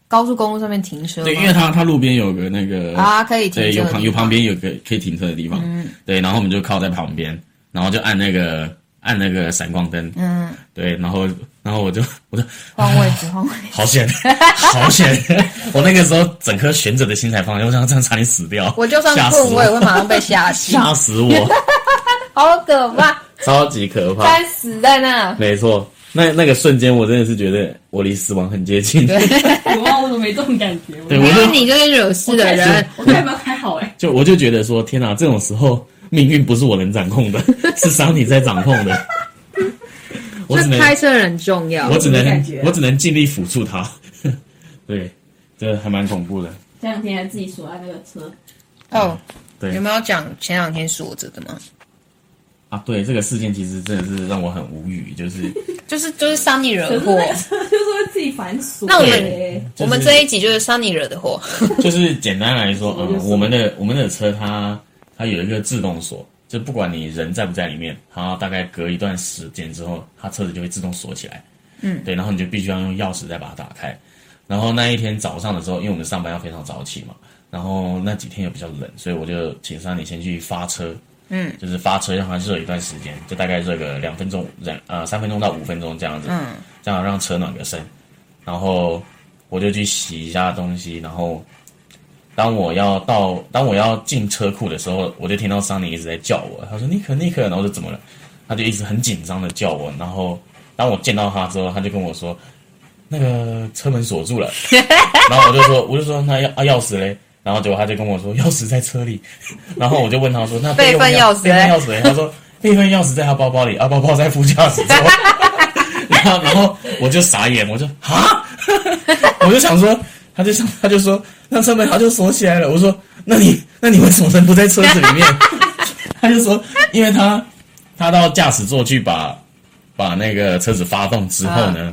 [SPEAKER 1] 高速公路上面停车
[SPEAKER 3] 对，因为
[SPEAKER 1] 吗？
[SPEAKER 3] 他他路边有个那个
[SPEAKER 1] 啊，可以停
[SPEAKER 3] 对，
[SPEAKER 1] 车
[SPEAKER 3] 有
[SPEAKER 1] 的地
[SPEAKER 3] 旁
[SPEAKER 1] 方。嗯
[SPEAKER 3] 有旁边有个可以停车的地方，对，然后我
[SPEAKER 1] 嗯
[SPEAKER 3] 们就靠在旁边，然后就按那个按那个闪光灯，嗯，对，然后然后我就我就
[SPEAKER 6] 换位 置，换位置。
[SPEAKER 3] 好险，好险！我那个时候整颗悬着的心才放下，我想这样差点死掉，
[SPEAKER 1] 我就算
[SPEAKER 3] 吓死
[SPEAKER 1] 困，我也会马上被吓 醒。
[SPEAKER 3] 吓 死我，
[SPEAKER 6] 好可怕，
[SPEAKER 3] 超级可 怕。
[SPEAKER 6] 该死在那。
[SPEAKER 3] 没错，那那个瞬间，我真的是觉得我离死亡很接近。
[SPEAKER 4] 我忘了我没这种感觉。
[SPEAKER 3] 对，
[SPEAKER 4] 我
[SPEAKER 3] 我
[SPEAKER 1] 因为
[SPEAKER 3] 就
[SPEAKER 1] 你就是惹事的人，
[SPEAKER 4] 我开门还好哎，
[SPEAKER 3] 就我就觉得说，天哪，这种时候命运不是我能掌控 的，是桑尼在掌控的。我只
[SPEAKER 1] 就
[SPEAKER 3] 能，
[SPEAKER 1] 开车人重要
[SPEAKER 3] 我。只
[SPEAKER 4] 没
[SPEAKER 3] 能
[SPEAKER 4] 感觉，
[SPEAKER 3] 我只能尽力辅助他。 对，这还蛮恐怖的。
[SPEAKER 4] 前两天还自己锁在那个车，
[SPEAKER 1] 哦，
[SPEAKER 3] 嗯对
[SPEAKER 1] 有没有讲前两天锁着的吗？
[SPEAKER 3] 啊，对这个事件，其实真的是让我很无语，就是
[SPEAKER 1] 就是就是桑尼惹
[SPEAKER 4] 可
[SPEAKER 1] 的
[SPEAKER 4] 是
[SPEAKER 1] 祸
[SPEAKER 3] 哦
[SPEAKER 4] 那，个车就是会自己反锁。
[SPEAKER 1] 那我们
[SPEAKER 4] 对
[SPEAKER 1] 我们这一集就是桑尼惹的祸。
[SPEAKER 3] 就是简单来说，
[SPEAKER 4] 就
[SPEAKER 3] 嗯，
[SPEAKER 4] 是
[SPEAKER 3] 我们的我们的车它它有一个自动锁，就不管你人在不在里面，它大概隔一段时间之后，它车子就会自动锁起来。嗯，对，然后你就必须要用钥匙再把它打开。然后那一天早上的时候，因为我们上班要非常早起嘛，然后那几天又比较冷，所以我就请桑尼先去发车。嗯，就是发车让它热一段时间，就大概热个两分钟，两呃三分钟到五分钟这样子。嗯，这样让车暖个身，然后我就去洗一下东西，然后当我要到当我要进车库的时候，我就听到桑尼一直在叫我，他说尼克尼克，然后我就怎么了？他就一直很紧张的叫我，然后当我见到他之后，他就跟我说那个车门锁住了， 然后我就说我就说那钥啊钥匙嘞。然后结果他就跟我说钥匙在车里，然后我就问他说那备用
[SPEAKER 1] 备份钥匙
[SPEAKER 3] 备份
[SPEAKER 1] 嘞
[SPEAKER 3] 钥匙嘞？他说备份钥匙在他包包里，啊包包在副驾 驶座。然后 然后我就傻眼，我就啊， 我就想说，他就想 他就说那车门他就锁起来了。我说那你那你为什么人不在车子里面？ 他就说因为他他到驾驶座去把把那个车子发动之后呢，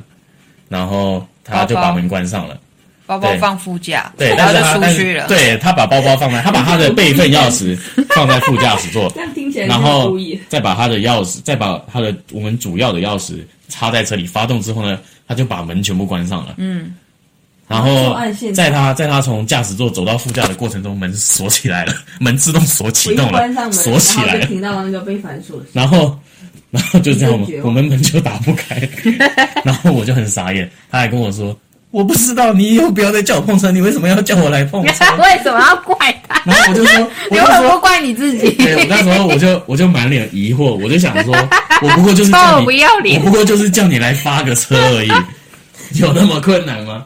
[SPEAKER 3] 然后他就
[SPEAKER 1] 包
[SPEAKER 3] 把
[SPEAKER 1] 啊包
[SPEAKER 3] 门关上了。
[SPEAKER 1] 包包放副驾，
[SPEAKER 3] 对，
[SPEAKER 1] 然
[SPEAKER 3] 但
[SPEAKER 1] 后
[SPEAKER 3] 是
[SPEAKER 1] 就
[SPEAKER 3] 他但
[SPEAKER 1] 出
[SPEAKER 3] 是
[SPEAKER 1] 去了。
[SPEAKER 3] 对他把包包放在他把他的备份钥匙放在副驾驶座，
[SPEAKER 4] 这样听起来
[SPEAKER 3] 然
[SPEAKER 4] 就是
[SPEAKER 3] 后
[SPEAKER 4] 故意。
[SPEAKER 3] 再把他的钥匙，再把他的我们主要的钥匙插在车里，发动之后呢，他就把门全部关上了。嗯，然
[SPEAKER 4] 作
[SPEAKER 3] 后
[SPEAKER 4] 案现场
[SPEAKER 3] 在他在他从驾驶座走到副驾的过程中，门锁起来了， 门自动锁
[SPEAKER 4] 我
[SPEAKER 3] 启
[SPEAKER 4] 一
[SPEAKER 3] 动
[SPEAKER 4] 关上
[SPEAKER 3] 了，
[SPEAKER 4] 门，
[SPEAKER 3] 锁起来
[SPEAKER 4] 然后就
[SPEAKER 3] 了，
[SPEAKER 4] 听到那个被反锁的声音。
[SPEAKER 3] 然后。然后就这样，我
[SPEAKER 4] 你真绝
[SPEAKER 3] 们
[SPEAKER 4] 望
[SPEAKER 3] 我们门就打不开， 然后我就很傻眼。他还跟我说：“我不知道你以后不要再叫我碰车，你为什么要叫我来碰车
[SPEAKER 6] 为什么要怪 他？？”
[SPEAKER 3] 然后我就说：“
[SPEAKER 6] 你
[SPEAKER 3] 我就
[SPEAKER 6] 为什
[SPEAKER 3] 说
[SPEAKER 6] 么不怪你自己？
[SPEAKER 3] 对，我那时候我 就我就满脸疑惑，我就想说，我不过就是叫
[SPEAKER 6] 臭
[SPEAKER 3] 你，
[SPEAKER 6] 不要脸
[SPEAKER 3] 我不过就是叫你来发个车而已， 有那么困难吗？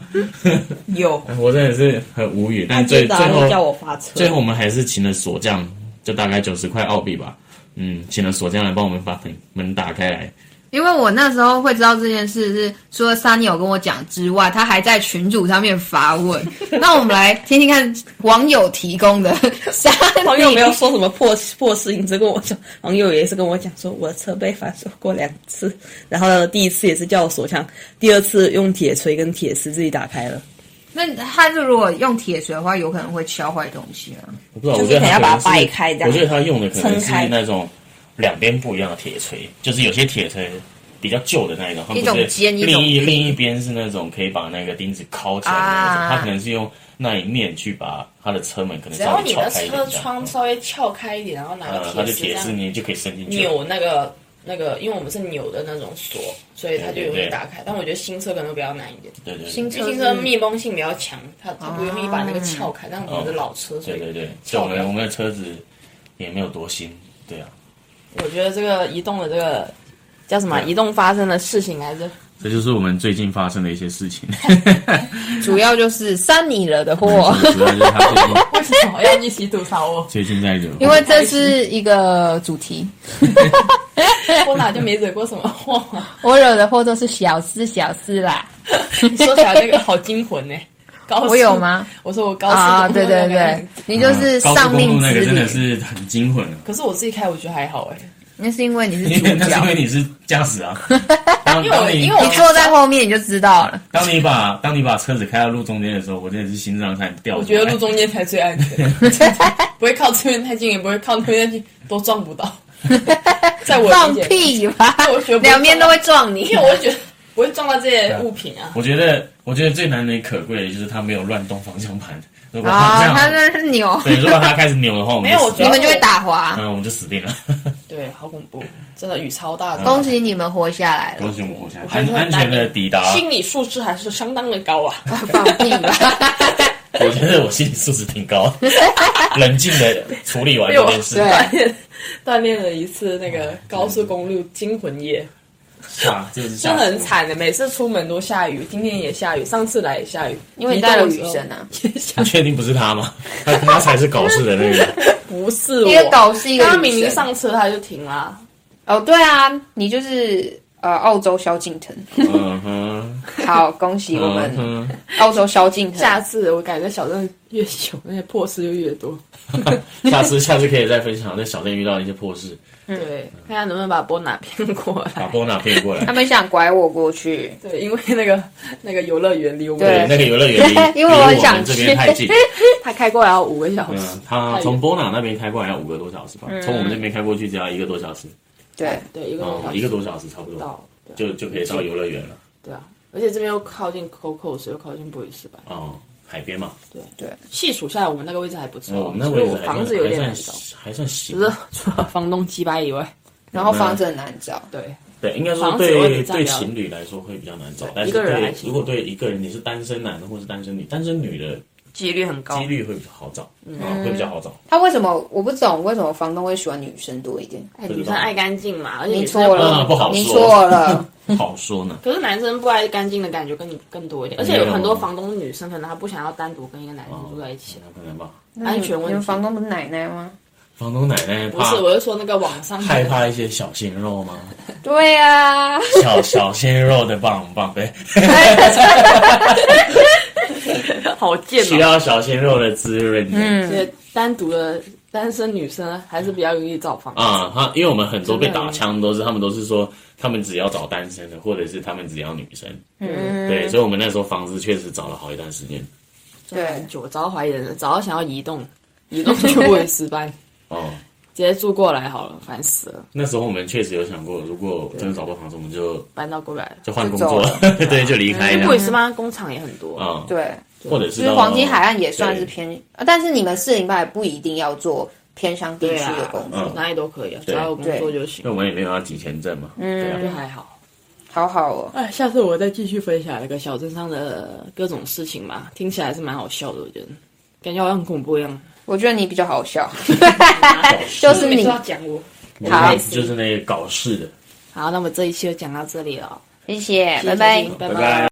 [SPEAKER 2] 有，
[SPEAKER 3] 我真的是很无语。但最
[SPEAKER 2] 知
[SPEAKER 3] 哎最
[SPEAKER 2] 道
[SPEAKER 6] 啊
[SPEAKER 2] 他叫
[SPEAKER 3] 后
[SPEAKER 2] 我发车，
[SPEAKER 3] 最后我们还是请了锁匠，就大概九十块澳币吧，嗯，请了锁匠来帮我们把门门打开来。
[SPEAKER 1] 因为我那时候会知道这件事是，除了 Sunny 有跟我讲之外，他还在群组上面发 问。那我们来听听看网友提供 的 Sunny，
[SPEAKER 2] 网友没有说什么破破事情，只跟我讲，网友也是跟我讲说，我的车被反锁过两次，然后呢第一次也是叫我锁枪，第二次用铁锤跟铁丝自己打开了，
[SPEAKER 1] 那他如果用铁锤的话，有可能会敲坏东西啊。
[SPEAKER 3] 我不知道，
[SPEAKER 2] 就
[SPEAKER 3] 我
[SPEAKER 2] 是
[SPEAKER 3] 觉得他
[SPEAKER 2] 可能要把它
[SPEAKER 3] 可能是
[SPEAKER 2] 掰开这样
[SPEAKER 3] 我觉得他用的可能
[SPEAKER 2] 撑
[SPEAKER 3] 是
[SPEAKER 2] 开
[SPEAKER 3] 那种两边不一样的铁锤，就是有些铁锤比较旧的那一种，它不
[SPEAKER 1] 一种
[SPEAKER 3] 是
[SPEAKER 1] 尖一
[SPEAKER 3] 另
[SPEAKER 1] 种
[SPEAKER 3] 一
[SPEAKER 1] 平
[SPEAKER 3] 另一边是那种可以把那个钉子敲起来的那种，
[SPEAKER 1] 啊
[SPEAKER 3] 他可能是用那一面去把他的车门可能
[SPEAKER 2] 只
[SPEAKER 3] 稍
[SPEAKER 2] 要
[SPEAKER 3] 微
[SPEAKER 2] 你
[SPEAKER 3] 撬
[SPEAKER 2] 的
[SPEAKER 3] 开一
[SPEAKER 2] 车
[SPEAKER 3] 点这样
[SPEAKER 2] 窗。稍微撬开一点，然后拿
[SPEAKER 3] 呃，它
[SPEAKER 2] 个
[SPEAKER 3] 就
[SPEAKER 2] 铁丝这
[SPEAKER 3] 铁丝
[SPEAKER 2] 样
[SPEAKER 3] 你就可以伸进去。
[SPEAKER 2] 扭那个那个，因为我们是扭的那种锁，所以它就容易打开。但我觉得新车可能比较难一点，
[SPEAKER 3] 对对对
[SPEAKER 1] 新
[SPEAKER 2] 因为新车密封性比较强，它它不容易把那个撬开。但我们是老车，所
[SPEAKER 3] 哦对
[SPEAKER 2] 以
[SPEAKER 3] 对对，就
[SPEAKER 2] 撬
[SPEAKER 3] 我们
[SPEAKER 2] 开
[SPEAKER 3] 我们的车子也没有多新，对啊，
[SPEAKER 2] 我觉得这个移动的这个叫什么？
[SPEAKER 3] 对
[SPEAKER 2] 移动发生的事情还是
[SPEAKER 3] 这就是我们最近发生的一些 事情。
[SPEAKER 1] 主要就是三你惹的祸，
[SPEAKER 3] 主要就是他最近
[SPEAKER 2] 为什么要一起吐槽我？
[SPEAKER 3] 最近在惹，
[SPEAKER 1] 因为这是一个主题。
[SPEAKER 2] 我哪就没惹过什么祸 嘛？
[SPEAKER 1] 我惹的祸都是小事小事啦。
[SPEAKER 2] 你说起来这个好惊魂呢、高速
[SPEAKER 1] 我有？吗？
[SPEAKER 2] 我说我高速
[SPEAKER 1] 啊，
[SPEAKER 2] 公
[SPEAKER 1] 对
[SPEAKER 2] 路那
[SPEAKER 1] 对
[SPEAKER 2] 个
[SPEAKER 1] 对，你就是
[SPEAKER 3] 啊嗯高速
[SPEAKER 1] 上
[SPEAKER 3] 公路
[SPEAKER 1] 命
[SPEAKER 3] 那
[SPEAKER 1] 之
[SPEAKER 3] 个真的
[SPEAKER 1] 灵。
[SPEAKER 3] 是很 惊魂啊。
[SPEAKER 2] 可是我自己开，我觉得还好哎、
[SPEAKER 1] 那是因为你是
[SPEAKER 3] 因为
[SPEAKER 1] 主
[SPEAKER 3] 那是因
[SPEAKER 1] 角，
[SPEAKER 3] 为你是驾驶啊。当
[SPEAKER 2] 因为我
[SPEAKER 3] 当你
[SPEAKER 2] 因为我
[SPEAKER 1] 你坐在后面你就知道 了。
[SPEAKER 3] 当你把当你把车子开到路中间的时候，我真的是心脏差点掉
[SPEAKER 2] 我
[SPEAKER 3] 下来。
[SPEAKER 2] 觉得路中间才最安 全，不会靠这边太近，也不会靠那边太近，都撞不 到。在我
[SPEAKER 1] 放
[SPEAKER 2] 理解，
[SPEAKER 1] 屁吧
[SPEAKER 2] 我觉得不会 撞！
[SPEAKER 1] 两边都会撞你
[SPEAKER 2] 因。为我会觉得不会撞到这些物品啊。
[SPEAKER 3] 我觉得我觉得最难能可贵的就是它没有乱动方向盘，如 果他这
[SPEAKER 7] 啊，他
[SPEAKER 3] 样，
[SPEAKER 7] 那是扭，
[SPEAKER 3] 对，如果他开始扭的话，我们
[SPEAKER 2] 没有
[SPEAKER 3] 就
[SPEAKER 2] 我
[SPEAKER 3] 死
[SPEAKER 2] 觉
[SPEAKER 1] 你
[SPEAKER 3] 定了
[SPEAKER 1] 们就会打滑。
[SPEAKER 3] 嗯，我们就死定了。
[SPEAKER 2] 对，好恐怖，真的雨超大的，
[SPEAKER 1] 恭喜你们活下来了
[SPEAKER 3] 恭，喜我们活下来，
[SPEAKER 2] 觉得
[SPEAKER 3] 安
[SPEAKER 2] 很
[SPEAKER 3] 安全的抵达。
[SPEAKER 2] 心理素质还是相当的高啊。
[SPEAKER 1] 放屁吧！
[SPEAKER 3] 我觉得我心理素质挺高， 冷静的处理完
[SPEAKER 2] 被
[SPEAKER 3] 这
[SPEAKER 2] 我
[SPEAKER 3] 件事。
[SPEAKER 2] 锻炼 锻炼了一次那个高速公路惊魂 夜，
[SPEAKER 3] 是啊，这个是
[SPEAKER 2] 真
[SPEAKER 3] 吓
[SPEAKER 2] 的
[SPEAKER 3] 死我
[SPEAKER 2] 很。惨的。每次出门都下雨，今天也下雨，上次来也下雨，
[SPEAKER 1] 因为你带了雨神啊，
[SPEAKER 2] 也下
[SPEAKER 3] 你确定不是他吗？他他才是搞事的那个。
[SPEAKER 2] 不是
[SPEAKER 1] 因为
[SPEAKER 2] 我。
[SPEAKER 1] 狗是一个
[SPEAKER 2] 刚刚明
[SPEAKER 1] 女
[SPEAKER 2] 明
[SPEAKER 1] 神。
[SPEAKER 2] 上车他就停啦，
[SPEAKER 1] 哦，对啊，你就是呃澳洲萧敬腾。
[SPEAKER 3] 嗯哼，
[SPEAKER 1] 好，恭喜我
[SPEAKER 3] 嗯
[SPEAKER 1] 们
[SPEAKER 3] 哼，
[SPEAKER 1] 澳洲萧敬腾。
[SPEAKER 2] 下次我感觉小镇越久，那些破事就越多。
[SPEAKER 3] 下次下次可以再分享在小店遇到的一些破事，
[SPEAKER 2] 对，看看能不能把波拿骗过
[SPEAKER 3] 把
[SPEAKER 2] 来。
[SPEAKER 3] 波娜骗过来
[SPEAKER 1] 他。们想拐我过去，
[SPEAKER 2] 对，因为那个那个游乐园离我
[SPEAKER 3] 对，
[SPEAKER 2] 们
[SPEAKER 1] 对
[SPEAKER 3] 那个游乐园 离
[SPEAKER 1] 因为
[SPEAKER 3] 离
[SPEAKER 1] 我
[SPEAKER 3] 我
[SPEAKER 1] 很想
[SPEAKER 3] 们这边
[SPEAKER 1] 去
[SPEAKER 3] 太近。
[SPEAKER 2] 他开过来要五个小时
[SPEAKER 3] 嗯，，他从波娜那边开过来要五个多小时吧，
[SPEAKER 2] 嗯
[SPEAKER 3] 从我们这边开过去只要一个多小时，
[SPEAKER 1] 对，
[SPEAKER 2] 对一个多小
[SPEAKER 3] 哦，
[SPEAKER 2] 时
[SPEAKER 3] 一个多小时差不多
[SPEAKER 2] 到，对
[SPEAKER 3] 就就可以到游乐园了。
[SPEAKER 2] 对啊，而且这边又靠近 COCO，所以又靠近布里斯班。
[SPEAKER 3] 哦，海边嘛，
[SPEAKER 2] 细数下来，我们那个位置还不错，
[SPEAKER 3] 我们哦那
[SPEAKER 2] 除
[SPEAKER 3] 位
[SPEAKER 2] 了啊
[SPEAKER 3] 置
[SPEAKER 2] 我
[SPEAKER 3] 还
[SPEAKER 2] 房
[SPEAKER 3] 算
[SPEAKER 2] 子有点
[SPEAKER 3] 还
[SPEAKER 2] 难找
[SPEAKER 3] 算，还算行
[SPEAKER 2] 只。是除了 房东鸡巴以外，
[SPEAKER 1] 然后房子很难找，
[SPEAKER 2] 对
[SPEAKER 3] 对，应该说
[SPEAKER 2] 房子有
[SPEAKER 3] 对
[SPEAKER 2] 点占
[SPEAKER 3] 对
[SPEAKER 2] 比较
[SPEAKER 3] 情侣来说会比较难找，但是
[SPEAKER 2] 一个人还
[SPEAKER 3] 对
[SPEAKER 2] 行
[SPEAKER 3] 如果对一个人你是单身男的或是单身女，单身女的
[SPEAKER 2] 几率很高
[SPEAKER 3] 几。率会比较好找，
[SPEAKER 2] 嗯
[SPEAKER 3] 啊，会比较好找。
[SPEAKER 1] 他为什么我不懂？为什么房东会喜欢女生多一点？
[SPEAKER 2] 哎，女生爱干净嘛，而且
[SPEAKER 1] 你
[SPEAKER 2] 女生
[SPEAKER 1] 错
[SPEAKER 3] 那嗯不
[SPEAKER 1] 了，
[SPEAKER 3] 好
[SPEAKER 1] 你
[SPEAKER 3] 说
[SPEAKER 1] 错了。
[SPEAKER 3] 好说呢，
[SPEAKER 2] 可是男生不爱干净的感觉更更多一点，而且有很
[SPEAKER 3] 啊
[SPEAKER 2] 多房东女生可能她不想要单独跟一个男
[SPEAKER 3] 哦
[SPEAKER 2] 生住在一起，
[SPEAKER 3] 那可能吧。
[SPEAKER 2] 安全
[SPEAKER 1] 你
[SPEAKER 2] 问
[SPEAKER 1] 啊们
[SPEAKER 2] 题。
[SPEAKER 1] 房东不是奶奶吗？
[SPEAKER 3] 房东奶奶
[SPEAKER 2] 不
[SPEAKER 3] 怕
[SPEAKER 2] 是，我是说那个网上
[SPEAKER 3] 害怕一些小鲜肉吗？
[SPEAKER 1] 对呀、啊，
[SPEAKER 3] 小小鲜肉的棒棒呗，
[SPEAKER 2] 好贱
[SPEAKER 3] 需
[SPEAKER 2] 哦，
[SPEAKER 3] 要小鲜肉的滋润的。
[SPEAKER 1] 嗯
[SPEAKER 2] 而且单独的单身女生还是比较容易找房子。
[SPEAKER 3] 啊，他因为我们很多被打枪都是他们都是说他们只要找单身的，或者是他们只要女生，
[SPEAKER 1] 嗯，
[SPEAKER 3] 对，所以我们那时候房子确实找了好一段时间。
[SPEAKER 2] 真的很久，早到怀疑人了，早到想要移动，移动去 布里斯班，
[SPEAKER 3] 哦，
[SPEAKER 2] 直接住过来好了，烦死了，
[SPEAKER 3] 那时候我们确实有想过，如果真的找不到房子，我们就
[SPEAKER 2] 搬到过来了。
[SPEAKER 3] 就换工作了， 对，就离开
[SPEAKER 2] 因为布
[SPEAKER 3] 了
[SPEAKER 2] 里斯班工厂也很多，
[SPEAKER 3] 啊，
[SPEAKER 1] 对，
[SPEAKER 3] 或者
[SPEAKER 1] 嗯就是是
[SPEAKER 3] 到
[SPEAKER 1] 黄金海岸也算是
[SPEAKER 3] 对
[SPEAKER 1] 偏，啊但是你们四零八也不一定要做偏乡地
[SPEAKER 2] 对
[SPEAKER 1] 区
[SPEAKER 2] 啊
[SPEAKER 1] 的工作。
[SPEAKER 3] 嗯
[SPEAKER 2] 哪里都可以啊，只要有工作就行
[SPEAKER 3] 因为，我们也没有要提前证嘛，对
[SPEAKER 2] 就
[SPEAKER 1] 嗯
[SPEAKER 3] 啊，
[SPEAKER 2] 还好。
[SPEAKER 1] 好好哦，
[SPEAKER 2] 哎，下次我再继续分享那个小镇上的各种事情吧，听起来还是蛮好笑的，我觉得，感觉好像很恐怖一 样。
[SPEAKER 1] 我觉得你比较好笑，就是
[SPEAKER 2] 每
[SPEAKER 1] 你
[SPEAKER 2] 次都要讲我。
[SPEAKER 3] 就是
[SPEAKER 1] 好
[SPEAKER 3] 那就是那个搞事的，
[SPEAKER 2] 好，那么这一期就讲到这里了，
[SPEAKER 1] 谢谢，
[SPEAKER 2] 谢谢
[SPEAKER 1] 拜拜
[SPEAKER 2] 收听。拜
[SPEAKER 3] 拜拜。